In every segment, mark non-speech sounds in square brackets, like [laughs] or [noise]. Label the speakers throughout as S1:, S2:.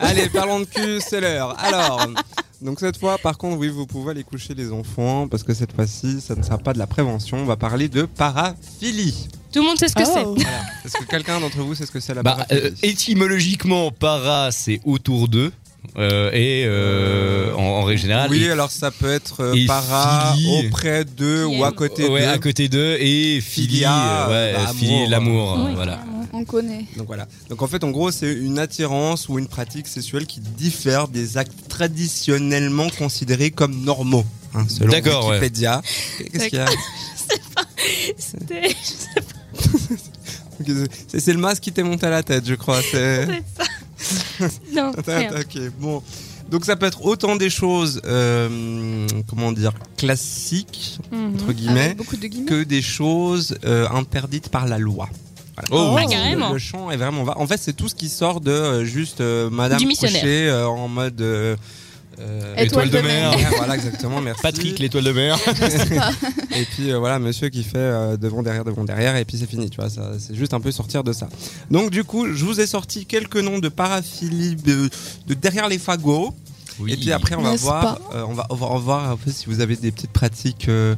S1: Allez, parlons de cul, c'est l'heure. Alors, donc cette fois, par contre, oui, vous pouvez aller coucher les enfants parce que cette fois-ci, ça ne sera pas de la prévention. On va parler de paraphilie.
S2: Tout le monde sait ce que
S3: Ah
S2: c'est.
S1: Voilà. Est-ce que quelqu'un d'entre vous sait ce que c'est la
S4: Bah, euh,
S1: paraphilie
S4: étymologiquement, para, c'est autour d'eux. Euh, et euh, en, en règle générale,
S1: Oui,
S4: et-
S1: alors ça peut être euh,
S4: et
S1: para,
S4: philie.
S1: auprès d'eux ou à côté
S4: ouais,
S1: d'eux.
S4: à côté d'eux et Philly,
S1: Philia,
S4: euh, ouais,
S1: bah,
S4: Philly,
S1: amour.
S4: l'amour,
S2: Oui.
S4: voilà.
S3: On connaît.
S1: Donc voilà. Donc en fait, en gros, c'est une attirance ou une pratique sexuelle qui diffère des actes traditionnellement considérés comme normaux. hein, selon
S4: D'accord, ouais.
S1: Wikipédia. Qu'est-ce qu'il y a
S2: C'était-
S1: C'est c'est le masque qui t'est monté à la tête, je crois. C'est.
S2: [laughs] Non,
S1: Attends,
S2: merde.
S1: [laughs] ok, bon. Donc ça peut être autant des choses, euh, comment dire, classiques,
S2: Mhm.
S4: Mmh.
S1: entre guillemets,
S3: Avec
S4: Ah
S3: beaucoup de guillemets.
S1: que des choses euh, interdites par la loi. Voilà.
S4: Oh.
S2: Ah, carrément.
S1: Le, le champ est vraiment va. En fait, c'est tout ce qui sort de euh, juste euh, Madame
S2: Du missionnaire.
S1: couchée euh, en mode. euh, euh,
S4: Étoile de mer. [laughs]
S1: Ouais, voilà, exactement, merci.
S4: Patrick, l'étoile de mer.
S1: Et puis euh, voilà, monsieur qui fait euh, devant, derrière, devant, derrière, et puis c'est fini, tu vois, ça, c'est juste un peu sortir de ça. Donc du coup, je vous ai sorti quelques noms de paraphilie de, de derrière les fagots, [laughs] et puis après on va,
S3: N'est-ce
S1: voir,
S3: pas
S1: euh, on, va, on va- on va voir un peu si vous avez des petites pratiques euh,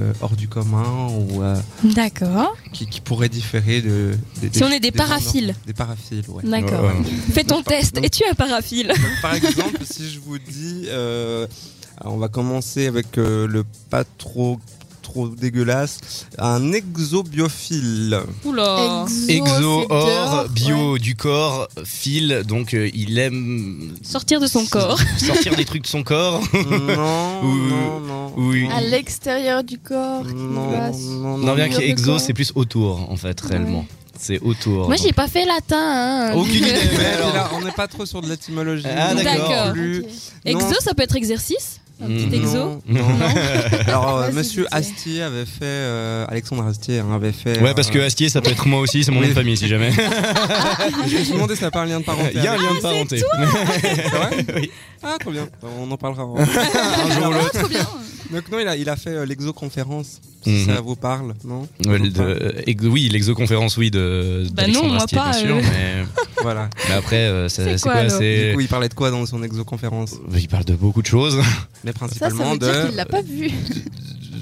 S1: euh, hors du commun ou euh,
S2: D'accord.
S1: qui, qui pourraient différer de... des-
S2: Si on est des
S1: gens
S2: paraphiles.
S1: normaux. Des paraphiles, ouais.
S2: D'accord.
S4: Ouais.
S2: Fais ton test. Es-tu un paraphile
S1: Donc, par exemple, si je vous dis, euh, alors on va commencer avec euh, le pas trop trop dégueulasse, un exobiophile.
S2: Oula.
S4: Exo,
S3: c'est
S4: or,
S3: dehors, ouais.
S4: bio, du corps, fil, donc euh, il aime
S2: Sortir de son corps.
S4: [laughs] sortir des trucs de
S2: [laughs]
S4: son corps.
S1: [laughs] non,
S4: Ou-
S1: non, non.
S4: oui.
S1: non.
S3: À l'extérieur du corps. qui
S1: Non,
S3: passe.
S1: non,
S4: Non, bien
S3: non.
S4: que exo,
S3: Corps.
S4: c'est plus autour, en fait, réellement. C'est autour.
S2: Moi, j'ai pas fait latin. hein.
S4: Aucune idée,
S2: [laughs]
S4: mais
S1: Mais
S4: alors-
S1: là, on n'est pas trop sur de l'étymologie.
S4: Ah,
S1: non
S2: d'accord.
S1: non plus.
S3: Ok.
S1: Non,
S2: Exo, ça peut être exercice. Un
S4: Mhm.
S2: petit exo.
S1: non, non. [laughs] Alors, euh,
S3: Ouais, c'est
S1: monsieur
S3: vite fait.
S1: Astier avait fait. euh, Alexandre Astier hein, avait fait.
S4: Ouais, parce que
S1: euh,
S4: Astier, ça peut être moi aussi, c'est mon nom de
S1: Oui.
S4: famille
S1: [laughs]
S4: si jamais.
S1: Je me suis demandé si ça parlait lien de parenté.
S4: Il y a un
S1: avec-
S4: lien de
S2: Ah,
S4: parenté.
S3: [laughs]
S1: C'est vrai
S4: Oui.
S1: Ah, trop bien. On en parlera. en- un jour ou l'autre.
S3: Ah, Trop bien.
S1: Donc, non, il a, il a fait euh, l'exoconférence. Si
S4: Mhm.
S1: ça vous parle, non
S4: Ouais, le- de- euh, ex- oui, l'exoconférence, oui, de.
S2: Bah non,
S4: d'Alexandre
S2: moi
S4: Astier,
S2: pas,
S4: bien sûr,
S2: euh.
S4: mais-
S1: Voilà.
S4: Mais après, euh, ça-
S2: C'est
S4: c'est
S2: quoi,
S4: quoi
S2: alors
S4: C'est.
S1: Du coup, il parlait de quoi dans son exoconférence
S4: Il parle de beaucoup de choses.
S1: Mais
S3: Ça, ça
S1: principalement
S3: veut dire
S1: de.
S3: qu'il l'a pas vu.
S4: [laughs]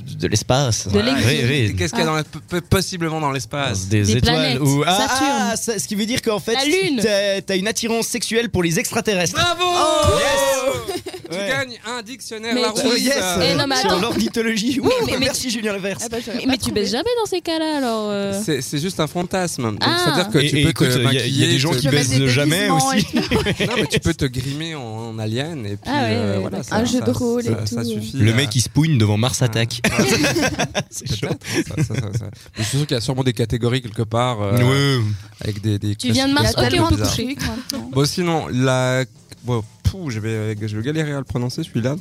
S4: De, de l'espace.
S2: De l'exo.
S4: Ah, Oui, oui.
S1: Qu'est-ce qu'il y a dans la- p- p- possiblement dans l'espace
S4: Des,
S2: Des
S4: étoiles
S2: planètes.
S4: ou ah,
S2: Saturne.
S4: ah, ça- ce qui veut dire qu'en fait
S2: La Lune.
S4: t'as t'as une attirance sexuelle pour les extraterrestres.
S1: Bravo
S3: Oh,
S4: Yes
S1: Tu
S4: Ouais. Ah,
S1: gagnes un dictionnaire
S2: Mais
S1: Larousse.
S2: tu-
S4: Yes
S1: euh,
S2: Eh non, mais
S4: Sur
S2: attends.
S4: l'ornithologie.
S2: Oui,
S4: Ouh,
S2: mais- mais-
S4: Merci Julien Levers.
S3: Ah bah, j'aurais
S2: Mais,
S3: pas
S2: mais tu
S3: trouvé.
S2: baisses jamais dans ces cas-là, alors. euh.
S1: C'est c'est juste un fantasme. Donc,
S2: Ah.
S1: C'est-à-dire que
S4: Et-
S1: tu
S4: et
S1: peux
S4: écoute,
S1: te
S4: il y a- il y a
S1: maquiller,
S4: des gens
S1: te-
S4: qui
S3: Tu
S4: baisse
S3: baisses des
S4: jamais
S3: déguisements
S4: aussi.
S3: et tout.
S1: [laughs] non, mais tu peux te grimer en, en alien et puis
S2: Ah ouais,
S1: euh,
S2: ouais,
S1: voilà,
S2: d'accord.
S1: ça-
S3: Un jeu
S1: ça-
S3: de rôle
S1: ça,
S3: et
S1: ça
S3: tout.
S1: suffit.
S4: Le
S1: à-
S4: mec il se pougne devant Mars attaque.
S1: Ah, ouais,
S4: [laughs] C'est
S1: peut-être,
S4: chaud.
S1: hein, ça- ça- ça- ça. Je suis sûr qu'il y a sûrement des catégories quelque part euh,
S4: Ouais.
S1: avec des, des
S2: Tu viens de Mars,
S3: Il y a
S2: ok, on
S3: tellement
S2: peut
S3: de
S1: bizarres.
S2: coucher.
S3: trucs maintenant.
S1: Bon, sinon, la. Bon, pouh, je vais, je vais galérer à le prononcer celui-là.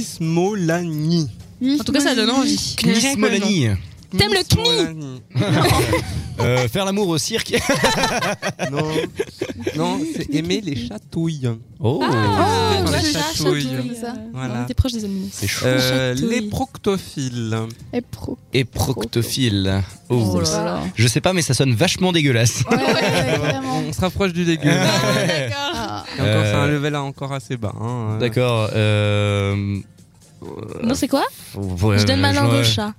S1: Knismolani.
S2: En tout cas, ça donne envie. Rien que le nom.
S4: Knismolani.
S2: T'aimes le kni
S1: Knismolani.
S4: Euh, faire l'amour au cirque.
S1: Non, non c'est aimer les chatouilles.
S4: Oh.
S2: Ah,
S1: Dans
S2: ouais,
S1: les
S2: ça,
S1: chatouilles.
S2: chatouille,
S3: Ça.
S2: euh,
S1: Voilà.
S2: On était proche des animaux.
S4: C'est chaud.
S1: Euh,
S2: Chatouille.
S1: les proctophiles.
S3: Et pro.
S4: Et proctophile. Oh.
S2: Oh là là.
S4: Je sais pas, mais ça sonne vachement dégueulasse.
S3: Ouais, ouais,
S4: [laughs]
S3: ouais, vraiment.
S1: On se rapproche du dégueu.
S2: Euh,
S1: Et
S2: D'accord.
S3: Ah.
S1: encore,
S4: Euh,
S1: c'est un level là encore assez bas. hein.
S4: D'accord. Euh...
S2: Non, c'est quoi
S4: ouais,
S2: Je donne ma
S4: je
S2: langue
S4: vois-
S2: au chat.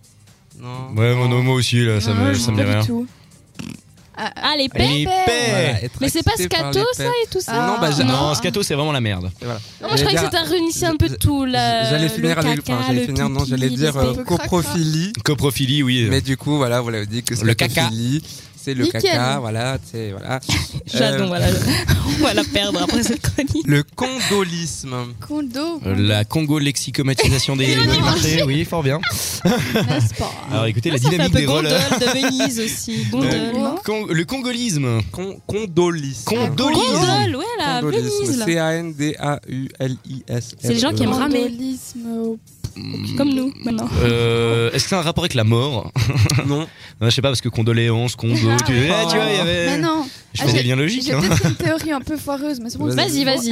S1: Non.
S4: Ouais, mon homo aussi, là, ça me,
S3: Ah,
S4: ça me
S3: pas
S4: dit
S3: du
S4: rien.
S3: tout. Ah, ah,
S2: Ah, les pets
S4: Et
S3: Pépère.
S4: paix.
S1: Voilà, être
S2: Mais c'est pas
S1: Eh, excité par les
S2: scato,
S1: pets.
S2: ça, et tout ça
S3: Ah.
S1: Non, bah, j'a-
S4: Non,
S3: Non.
S4: scato, c'est vraiment la merde.
S1: Voilà.
S2: Non, Moi, je croyais que
S1: J'allais
S2: c'était un réunissant un peu de tout, là.
S1: J'allais finir
S2: le
S1: avec.
S2: caca,
S1: enfin, j'allais
S2: le
S1: finir, non,
S2: pipi,
S1: j'allais
S2: les
S1: dire euh,
S2: spectres.
S1: coprophilie.
S4: Coprophilie, oui.
S1: Mais du coup, voilà, vous l'avez dit que
S4: euh, Le caca.
S1: scatophilie, C'est le
S3: Nickel.
S1: caca, voilà, tu sais, voilà.
S2: [laughs] J'adore,
S1: Euh,
S2: voilà. On va la perdre après cette chronique.
S1: Le condolisme.
S3: Condo,
S4: Euh, La Congo-lexicomatisation des des Marseillais, oui, fort bien.
S3: n'est-ce pas
S4: Alors écoutez, la
S2: Ah, Ça fait un
S4: dynamique
S2: peu
S4: des
S2: gondole
S4: rollers.
S2: de Venise aussi. Gondole.
S3: Ouais.
S2: non
S4: Con- Le congolisme.
S1: Con- condolisme.
S4: Condolisme.
S2: Gondole, ouais, là, Ah, Venise,
S1: Condolisme.
S2: là.
S1: C-A-N-D-A-U-L-I-S.
S2: C'est les gens qui
S1: Euh,
S2: aiment ramer.
S3: Condolisme au-
S2: Comme nous, maintenant.
S4: Euh, Est-ce que c'est un rapport avec la mort [laughs]
S1: Non.
S4: Non, Je sais pas, parce que condoléances, condo, tu,
S2: Ah ouais.
S4: eh, tu vois, il y avait...
S3: Mais non,
S4: Je
S3: Ah,
S4: fais
S3: j'ai-
S4: des liens logiques.
S3: J'ai
S4: hein.
S3: peut-être une
S4: [laughs]
S3: théorie un peu foireuse, mais c'est bon.
S2: Vas-y,
S3: c'est bon.
S2: vas-y.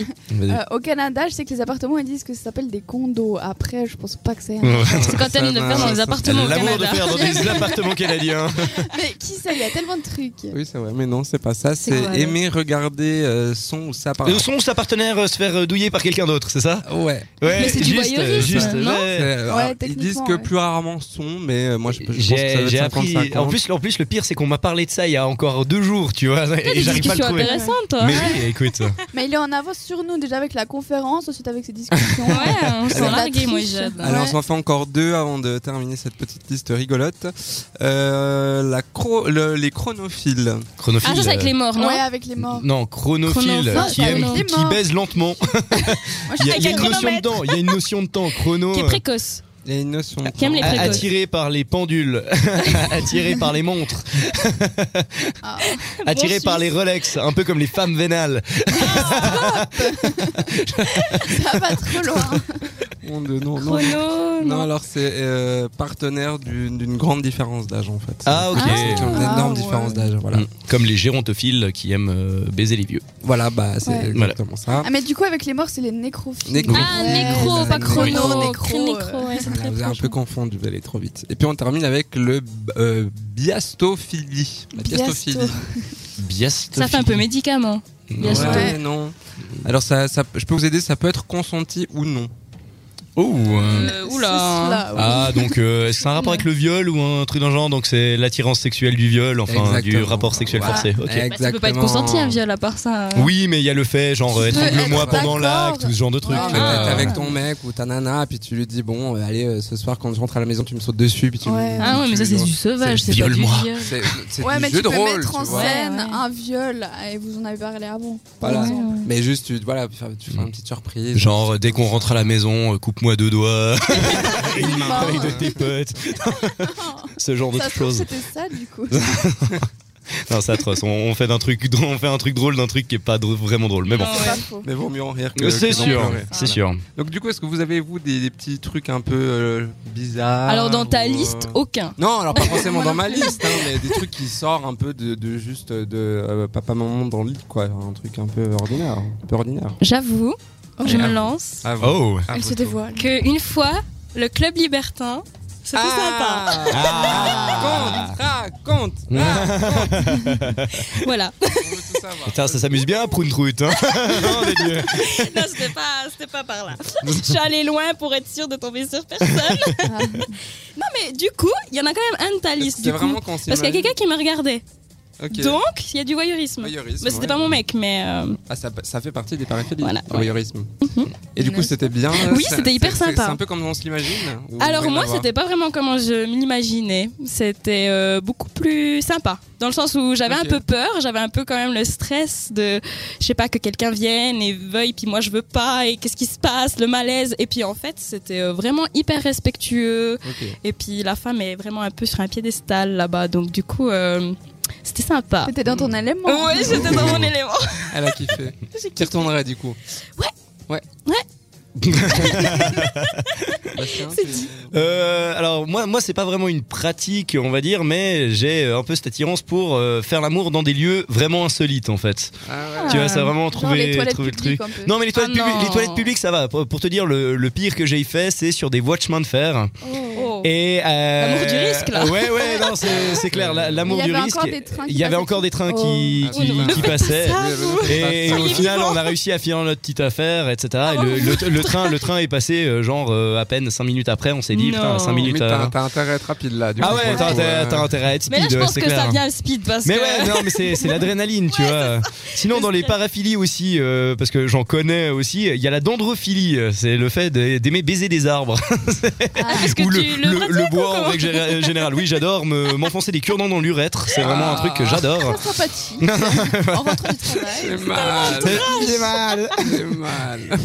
S3: Euh,
S1: Mm.
S3: au Canada, je sais que les appartements, ils disent que ça s'appelle des condos. Après, je pense pas que c'est.
S2: [laughs] C'est quand elle le faire dans les
S1: Ça-
S2: appartements au
S4: L'amour de
S2: Canada.
S4: faire dans
S2: [laughs]
S4: des appartements canadiens.
S3: [laughs] mais qui sait, il y a tellement de trucs.
S1: Oui, c'est vrai, mais non, c'est pas ça.
S2: C'est
S1: C'est
S2: quoi,
S1: aimer regarder euh, son ou sa part.
S4: Son ou sa partenaire euh, se faire euh, douiller par quelqu'un d'autre, c'est ça
S1: Ouais.
S4: Ouais,
S2: Mais c'est du
S4: juste, euh,
S2: voyeurisme,
S4: juste,
S2: non
S1: C'est- euh,
S4: ouais.
S1: alors, ils
S3: techniquement,
S1: disent que
S3: ouais.
S1: plus rarement son, mais euh, moi je, je pense que ça
S4: J'ai
S1: doit
S4: j'ai
S1: être
S4: appris.
S1: 50-50.
S4: En plus, en plus, le pire, c'est qu'on m'a parlé de ça il y a encore deux jours, tu vois, et
S2: Des
S4: j'arrive pas à le
S2: discussions
S4: trouver.
S2: intéressantes, Ah, toi.
S4: Mais oui, écoute.
S3: Mais il est en avance sur nous, déjà avec la conférence, ensuite avec ses discussions.
S2: Ouais, on
S3: Alors,
S2: s'en largué, moi, et
S3: triche.
S2: Jade.
S1: Alors,
S3: Ouais.
S1: on s'en fait encore deux avant de terminer cette petite liste rigolote. Euh, la chro- le- les chronophiles.
S4: Chronophile. euh,
S2: Ah, ça, c'est avec les morts, non
S3: Ouais, avec les morts.
S4: Non, chronophile,
S2: Chronophile,
S4: qui,
S3: pas
S4: aime,
S3: avec les
S4: qui
S3: morts.
S4: baise lentement.
S3: Moi,
S4: Il y a,
S2: Avec
S4: il y a
S2: un
S4: une notion de
S2: chronomètre.
S4: temps. Il y a une notion de temps chrono.
S2: Qui est
S4: euh,
S2: précoce.
S1: Il y a une notion. de
S2: Ah, Qui aime les
S1: temps.
S4: a-
S2: précoce.
S4: attiré par
S2: [laughs]
S4: les pendules, attiré par les montres,
S3: Ah.
S4: [laughs] attiré par les Rolex, un peu comme les femmes vénales.
S3: ça va trop loin.
S1: Mon Dieu, non, non.
S2: Chrono,
S1: Non,
S2: non.
S1: alors c'est euh, partenaire d'une d'une grande différence d'âge en fait.
S4: Ah, ok.
S1: C'est une
S3: Ah,
S1: énorme
S3: ouais.
S1: différence d'âge. Voilà,
S4: Mm. Comme les gérontophiles qui aiment euh, baiser les vieux.
S1: voilà bah, c'est
S3: Ouais.
S1: exactement ça.
S3: Ah, mais du coup, avec les morts, c'est les nécrophiles.
S1: Nécro.
S2: Ah,
S3: Ouais,
S2: nécro,
S3: c'est
S2: pas
S3: ça.
S2: chrono. Nécro,
S3: Oui. Nécro,
S2: nécro,
S3: euh,
S2: ouais, c'est
S1: Voilà,
S2: très
S1: vous avez un
S2: proche.
S1: peu confondu, vous allez trop vite. Et puis on termine avec le b- euh, biastophilie. La
S3: Biasto.
S1: biastophilie.
S4: Biastophilie.
S2: Ça fait un peu médicament. Biasto.
S1: Ouais,
S3: Ouais.
S1: non. Alors ça, ça- je peux vous aider, ça peut être consenti ou non.
S4: Oh, euh,
S2: Euh,
S3: C'est
S2: Oula.
S3: cela, ouais.
S4: Ah, donc euh, est-ce que c'est un rapport avec le viol ou un truc dans le genre Donc c'est l'attirance sexuelle du viol, enfin du
S1: Exactement.
S4: rapport sexuel
S1: Voilà.
S4: forcé. Ok.
S2: Bah, ça peut pas être consenti un viol à part ça. euh.
S4: Oui, mais il y a le fait, genre
S3: Tu peux
S4: étrangle-moi
S3: être d'accord.
S4: pendant l'acte ou ce genre de truc.
S1: Ouais,
S3: Ah,
S4: tu
S1: mais
S4: vois.
S1: t'es avec ton mec ou ta nana, puis tu lui dis bon, euh, allez, euh, ce soir quand je rentre à la maison, tu me sautes dessus, puis tu. me-
S3: Ouais.
S2: Ah ouais, mais ça c'est du sauvage,
S4: C'est
S2: c'est pas du
S4: viole-moi.
S2: viol.
S1: C'est c'est
S3: Ouais,
S1: du
S3: mais
S1: jeu
S3: tu
S1: de
S3: peux
S1: rôle.
S3: mettre en
S1: tu vois.
S3: scène
S2: Ouais, ouais.
S3: un viol, et vous en avez parlé avant. par
S1: Voilà.
S3: exemple.
S1: Mais juste, tu, voilà, tu fais tu fais une petite surprise.
S4: Genre, dès qu'on rentre à la maison, euh, coupe-moi deux doigts
S1: Une main.
S4: [laughs] avec de tes potes, ce genre de
S3: Ça se trouve,
S4: choses.
S3: c'était ça, du coup.
S4: Non, c'est atroce. On, on fait d'un truc, drôle- on fait un truc drôle d'un truc qui est pas drôle- vraiment drôle. Mais bon,
S3: C'est pas faux.
S1: Mais vaut mieux en rire que.
S4: c'est
S1: que d'en
S4: sûr,
S1: pleurer.
S4: c'est
S1: Voilà.
S4: sûr.
S1: Donc du coup, est-ce que vous avez vous des, des petits trucs un peu euh, bizarres
S2: Alors dans
S1: ou,
S2: ta
S1: euh,
S2: liste, aucun.
S1: Non, alors pas forcément dans ma liste, hein, mais des trucs qui sortent un peu de, de juste de euh, papa maman dans le lit, quoi, un truc un peu ordinaire, un peu ordinaire.
S2: J'avoue, je
S1: Ah.
S2: me lance,
S4: Oh.
S3: Elle se dévoile.
S2: que une fois, le club libertin, c'était sympa.
S4: Ah.
S1: [laughs] Raconte, raconte. Ah,
S2: Voilà.
S1: On veut tout savoir.
S4: Putain, ça s'amuse bien, Prune
S3: [laughs]
S4: Troute. Hein Oh, des dieux.
S2: [laughs] non, c'était pas, c'était pas par là. [laughs] je suis allée loin pour être sûre de tomber sur personne. [laughs] non mais du coup, il y en a quand même un de ta liste
S1: C'est
S2: du
S1: vraiment
S2: coup.
S1: quand c'est
S2: Parce qu'il y a quelqu'un qui me regardait. Donc, il y a du voyeurisme.
S1: Voyeurisme,
S2: Bah, c'était
S1: ouais.
S2: pas mon mec, mais euh,
S1: Ah, ça, ça fait partie des paraphilies,
S2: Voilà,
S1: le
S2: ouais. Mhm.
S1: voyeurisme. Et du coup, c'était bien.
S2: Oui,
S1: ça-
S2: c'était hyper
S1: c'est- c'est-
S2: sympa.
S1: C'est un peu comme on se l'imagine. ou
S2: Alors
S1: rien
S2: moi,
S1: à voir
S2: c'était pas vraiment comment je m'imaginais. C'était euh, beaucoup plus sympa, dans le sens où j'avais
S1: Ok.
S2: un peu peur, j'avais un peu quand même le stress de, je sais pas, que quelqu'un vienne et veuille, puis moi je veux pas, et qu'est-ce qui se passe, le malaise. Et puis en fait, c'était euh, vraiment hyper respectueux.
S1: Ok.
S2: Et puis la femme est vraiment un peu sur un piédestal là-bas, donc du coup, euh, c'était sympa.
S3: T'étais dans ton
S1: Ah.
S2: [laughs]
S3: élément.
S2: Ouais, j'étais dans
S4: [laughs]
S2: mon élément.
S1: Elle a
S2: [laughs]
S1: kiffé. Qui retournerait du coup Ouais. Bah,
S2: Ouais.
S1: [laughs] Bastien,
S2: C'est
S1: tu-
S2: dit.
S4: Euh, alors moi, moi c'est pas vraiment une pratique, on va dire, mais j'ai euh, un peu cette attirance pour euh, faire l'amour dans des lieux vraiment insolites en fait.
S1: Ah ouais.
S4: tu vois, ça a vraiment
S3: Genre les
S4: trouvé,
S3: toilettes
S4: trouvé le truc.
S3: publiques, un peu.
S4: Non mais les toilettes,
S2: Ah
S4: publiques,
S2: non.
S4: les toilettes publiques ça va. Pour pour te dire le, le pire que j'ai fait c'est sur des voies de chemin de
S3: Oh.
S4: fer.
S2: Oh.
S4: Et euh,
S2: L'amour du risque, là.
S4: Ouais ouais non c'est c'est clair la- l'amour
S3: Il y
S4: du
S3: avait
S4: risque.
S3: encore des trains qui
S4: Il y avait
S3: passaient.
S4: encore des trains qui,
S1: Oh.
S4: qui-
S1: Ah,
S4: qui
S1: ne
S4: passaient.
S2: Ah, vous.
S4: Et
S1: Ça y
S4: au
S1: est,
S4: final, on a réussi à finir notre petite affaire, etc. Et le, le- le train, le train est passé euh, genre euh, à peine 5 minutes après. On s'est dit,
S2: Non.
S4: putain, 5 minutes.
S1: Limite,
S4: euh,
S1: t'as t'as intérêt à être rapide là. Du
S4: ah
S1: coup,
S4: ouais,
S1: faut-
S4: t'as intérêt-
S1: faut,
S4: t'as
S1: euh,
S4: intérêt à être
S2: Mais là,
S4: speed,
S2: je pense
S4: c'est
S2: que
S4: clair.
S2: ça vient le speed parce
S4: Mais
S2: que. [laughs]
S4: ouais, non, mais c'est c'est l'adrénaline, tu vois. Sinon, dans les paraphilies aussi, euh, parce que j'en connais aussi, il y a la dendrophilie, euh, c'est le fait de- d'aimer baiser des arbres.
S3: Oh. Ah,
S2: Est-ce que
S4: [laughs] ou le,
S2: tu le,
S4: le-
S2: pratiques
S4: le
S2: ou
S4: bois en
S2: comment
S4: règle gé- générale. Oui, j'adore me- m'enfoncer des cure-dents dans l'urètre, c'est vraiment un truc que j'adore.
S3: Très sympathique. en rentrant
S4: [laughs]
S3: du travail.
S1: J'ai
S2: Ah,
S1: mal.
S4: J'ai mal.
S1: J'ai mal.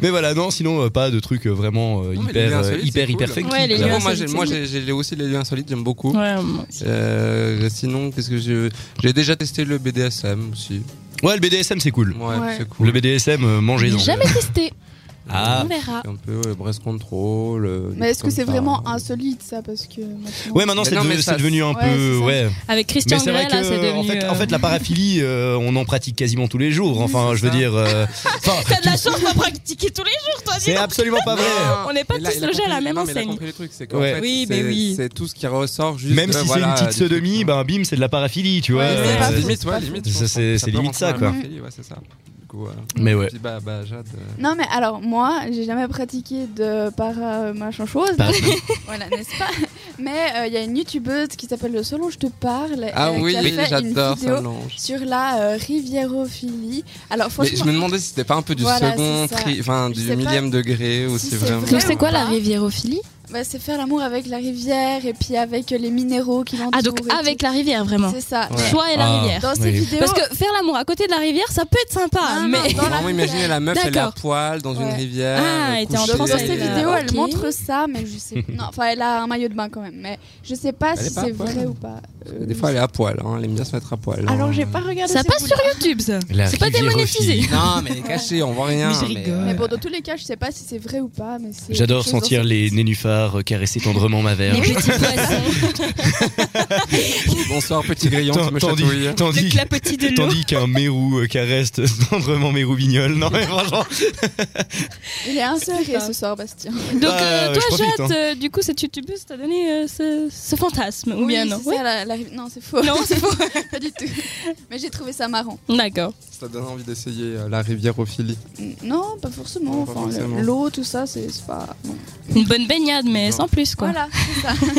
S4: Mais voilà, non, sinon, euh, pas de trucs euh, vraiment euh,
S1: Non, mais les liens
S4: hyper, euh,
S1: insolites,
S4: hyper,
S1: c'est
S4: hyper
S1: cool.
S4: fake.
S2: Ouais, les liens
S1: Vraiment, moi, j'ai-
S2: insolites,
S1: moi,
S2: c'est
S1: j'ai j'ai aussi les lieux insolites, j'aime beaucoup.
S2: Ouais, moi aussi.
S1: Euh, sinon, qu'est-ce que j'ai J'ai déjà testé le BDSM aussi.
S4: Ouais, le BDSM, c'est cool.
S1: Ouais,
S3: Ouais.
S1: c'est cool.
S4: Le BDSM, euh, mangez-en.
S2: Jamais testé.
S4: Ah.
S2: On verra.
S1: Un peu euh, Brest Control. euh,
S3: Mais est-ce que
S1: comme
S3: c'est
S1: ça.
S3: vraiment insolite ça Parce que. maintenant-
S4: Ouais, maintenant
S1: Mais
S4: c'est
S1: non,
S4: de-
S1: mais
S4: c'est
S1: ça-
S4: devenu un
S3: Ouais,
S4: peu.
S3: c'est ça.
S4: Ouais.
S2: Avec
S4: Mais
S2: Christian
S4: c'est
S2: Grey,
S4: vrai que
S2: là, c'est devenu.
S4: en, fait, en
S2: euh,
S4: fait, la paraphilie, euh, on en pratique quasiment tous les jours. Enfin, je veux
S1: ça.
S4: dire, euh, enfin,
S2: T'as hein de la chance de pratiquer tous les jours, toi, dis
S4: c'est
S2: donc.
S4: absolument pas vrai.
S2: On n'est pas
S1: Mais là,
S2: tous
S1: il a
S2: logés à la
S1: compris-
S2: même
S1: non, mais il a
S2: enseigne.
S1: compris le truc, c'est qu'en
S4: Ouais.
S1: fait,
S2: Oui, mais
S1: c'est-
S2: oui.
S1: c'est tout ce qui ressort juste.
S4: Même
S1: de,
S4: si
S1: voilà,
S4: c'est
S1: du
S4: une petite
S1: truc,
S4: sodomie,
S1: hein.
S4: ben bim, c'est de la paraphilie, tu vois.
S1: Ouais,
S3: c'est
S4: Euh,
S3: pas
S1: c'est
S3: faux,
S1: limite,
S3: c'est
S1: ouais,
S3: pas
S1: limite, je
S4: faux.
S1: pense
S4: Ça, c'est-
S1: que
S4: c'est
S1: peut
S4: limite
S1: rentrer
S4: ça,
S1: dans
S4: quoi.
S1: la pédophilie, ouais, c'est ça. Du coup, voilà.
S4: Mais ouais.
S1: Puis, bah, bah, Jade. euh,
S3: Non, mais alors, moi, j'ai jamais pratiqué de para euh, machin chose.
S4: Para-
S3: [laughs] voilà, n'est-ce pas Mais euh, il y a une youtubeuse qui s'appelle Solange Te Parle.
S1: Ah
S3: euh,
S1: oui,
S3: qui a fait
S1: j'adore
S3: une vidéo
S1: ça, Lange.
S3: sur la euh, riviérophilie. Alors,
S1: Mais
S3: franchement.
S1: je me demandais si c'était pas un peu du
S3: Voilà,
S1: second,
S3: c'est ça.
S1: tri- enfin du
S3: sais pas
S1: millième degré ou
S3: si
S1: si
S3: c'est
S1: vraiment.
S3: vrai.
S5: Donc c'est quoi la
S3: Ah.
S5: riviérophilie
S3: Bah, c'est faire l'amour avec la rivière et puis avec euh, les minéraux qui l'entourent.
S5: Ah donc
S3: et
S5: avec
S3: tout.
S5: la rivière vraiment.
S3: C'est ça.
S1: Ouais.
S5: Toi et la
S4: Ah.
S5: rivière.
S3: Dans cette
S4: Oui.
S3: vidéo.
S5: Parce que faire l'amour à côté de la rivière, ça peut être sympa,
S3: Non, non,
S5: mais
S3: dans la
S1: Non, mais imaginez la meuf, elle est à
S5: D'accord.
S1: poil dans une
S3: Ouais.
S1: rivière.
S5: Ah, elle était en
S1: couchée. euh,
S3: Donc,
S5: France
S3: dans
S5: elle
S3: ces
S5: est là.
S3: vidéos, elle
S5: Ok.
S3: montre ça, mais je
S1: [laughs]
S3: sais. Non, enfin, elle a un maillot de bain quand même, mais je sais pas
S1: Elle est
S3: si
S1: pas à
S3: c'est
S1: poil.
S3: vrai ou pas. Euh,
S1: Des fois, elle est à poil, hein, elle aime bien se mettre à poil. hein.
S3: Alors, j'ai pas regardé.
S5: ça
S3: ces
S5: passe sur
S3: boules-là.
S5: YouTube ça.
S4: [laughs] La
S5: C'est pas démonétisé.
S1: Non, mais elle est cachée, on voit rien.
S5: Mais je rigole.
S3: Mais bon, dans tous les cas, je sais pas si c'est vrai ou pas, mais c'est.
S4: J'adore
S3: quelque chose
S4: sentir
S3: dans
S4: les nénuphars caresser tendrement ma verge.
S5: Les petits poissons,
S4: [laughs]
S1: Bonsoir, petit grillon, tu me chatouilles.
S4: Tandis, tandis,
S5: le clapotis de l'eau.
S4: tandis qu'un mérou euh, caresse [laughs] tendrement mes roubignoles. Non, mais franchement.
S3: ce- Il est inséré ce soir, Bastien.
S2: Donc,
S4: Ah,
S2: euh,
S4: ouais,
S2: toi,
S4: je profite,
S2: Jade, euh, du coup, cette youtubeuse t'a donné euh, ce, ce fantasme, ou bien
S3: Oui,
S2: non
S3: c'est
S2: Oui.
S3: ça, la- la- Non, c'est faux.
S2: Non, c'est
S3: [laughs]
S2: faux.
S3: pas du tout. Mais j'ai trouvé ça marrant.
S2: D'accord.
S1: Ça donne envie d'essayer euh, la riviérophilie.
S3: Non, pas forcément.
S1: Pas
S3: Enfin, le-
S1: forcément.
S3: l'eau, tout ça, c'est c'est pas. non.
S2: Une bonne baignade, mais
S1: Non.
S2: sans plus, quoi.
S3: Voilà, c'est ça.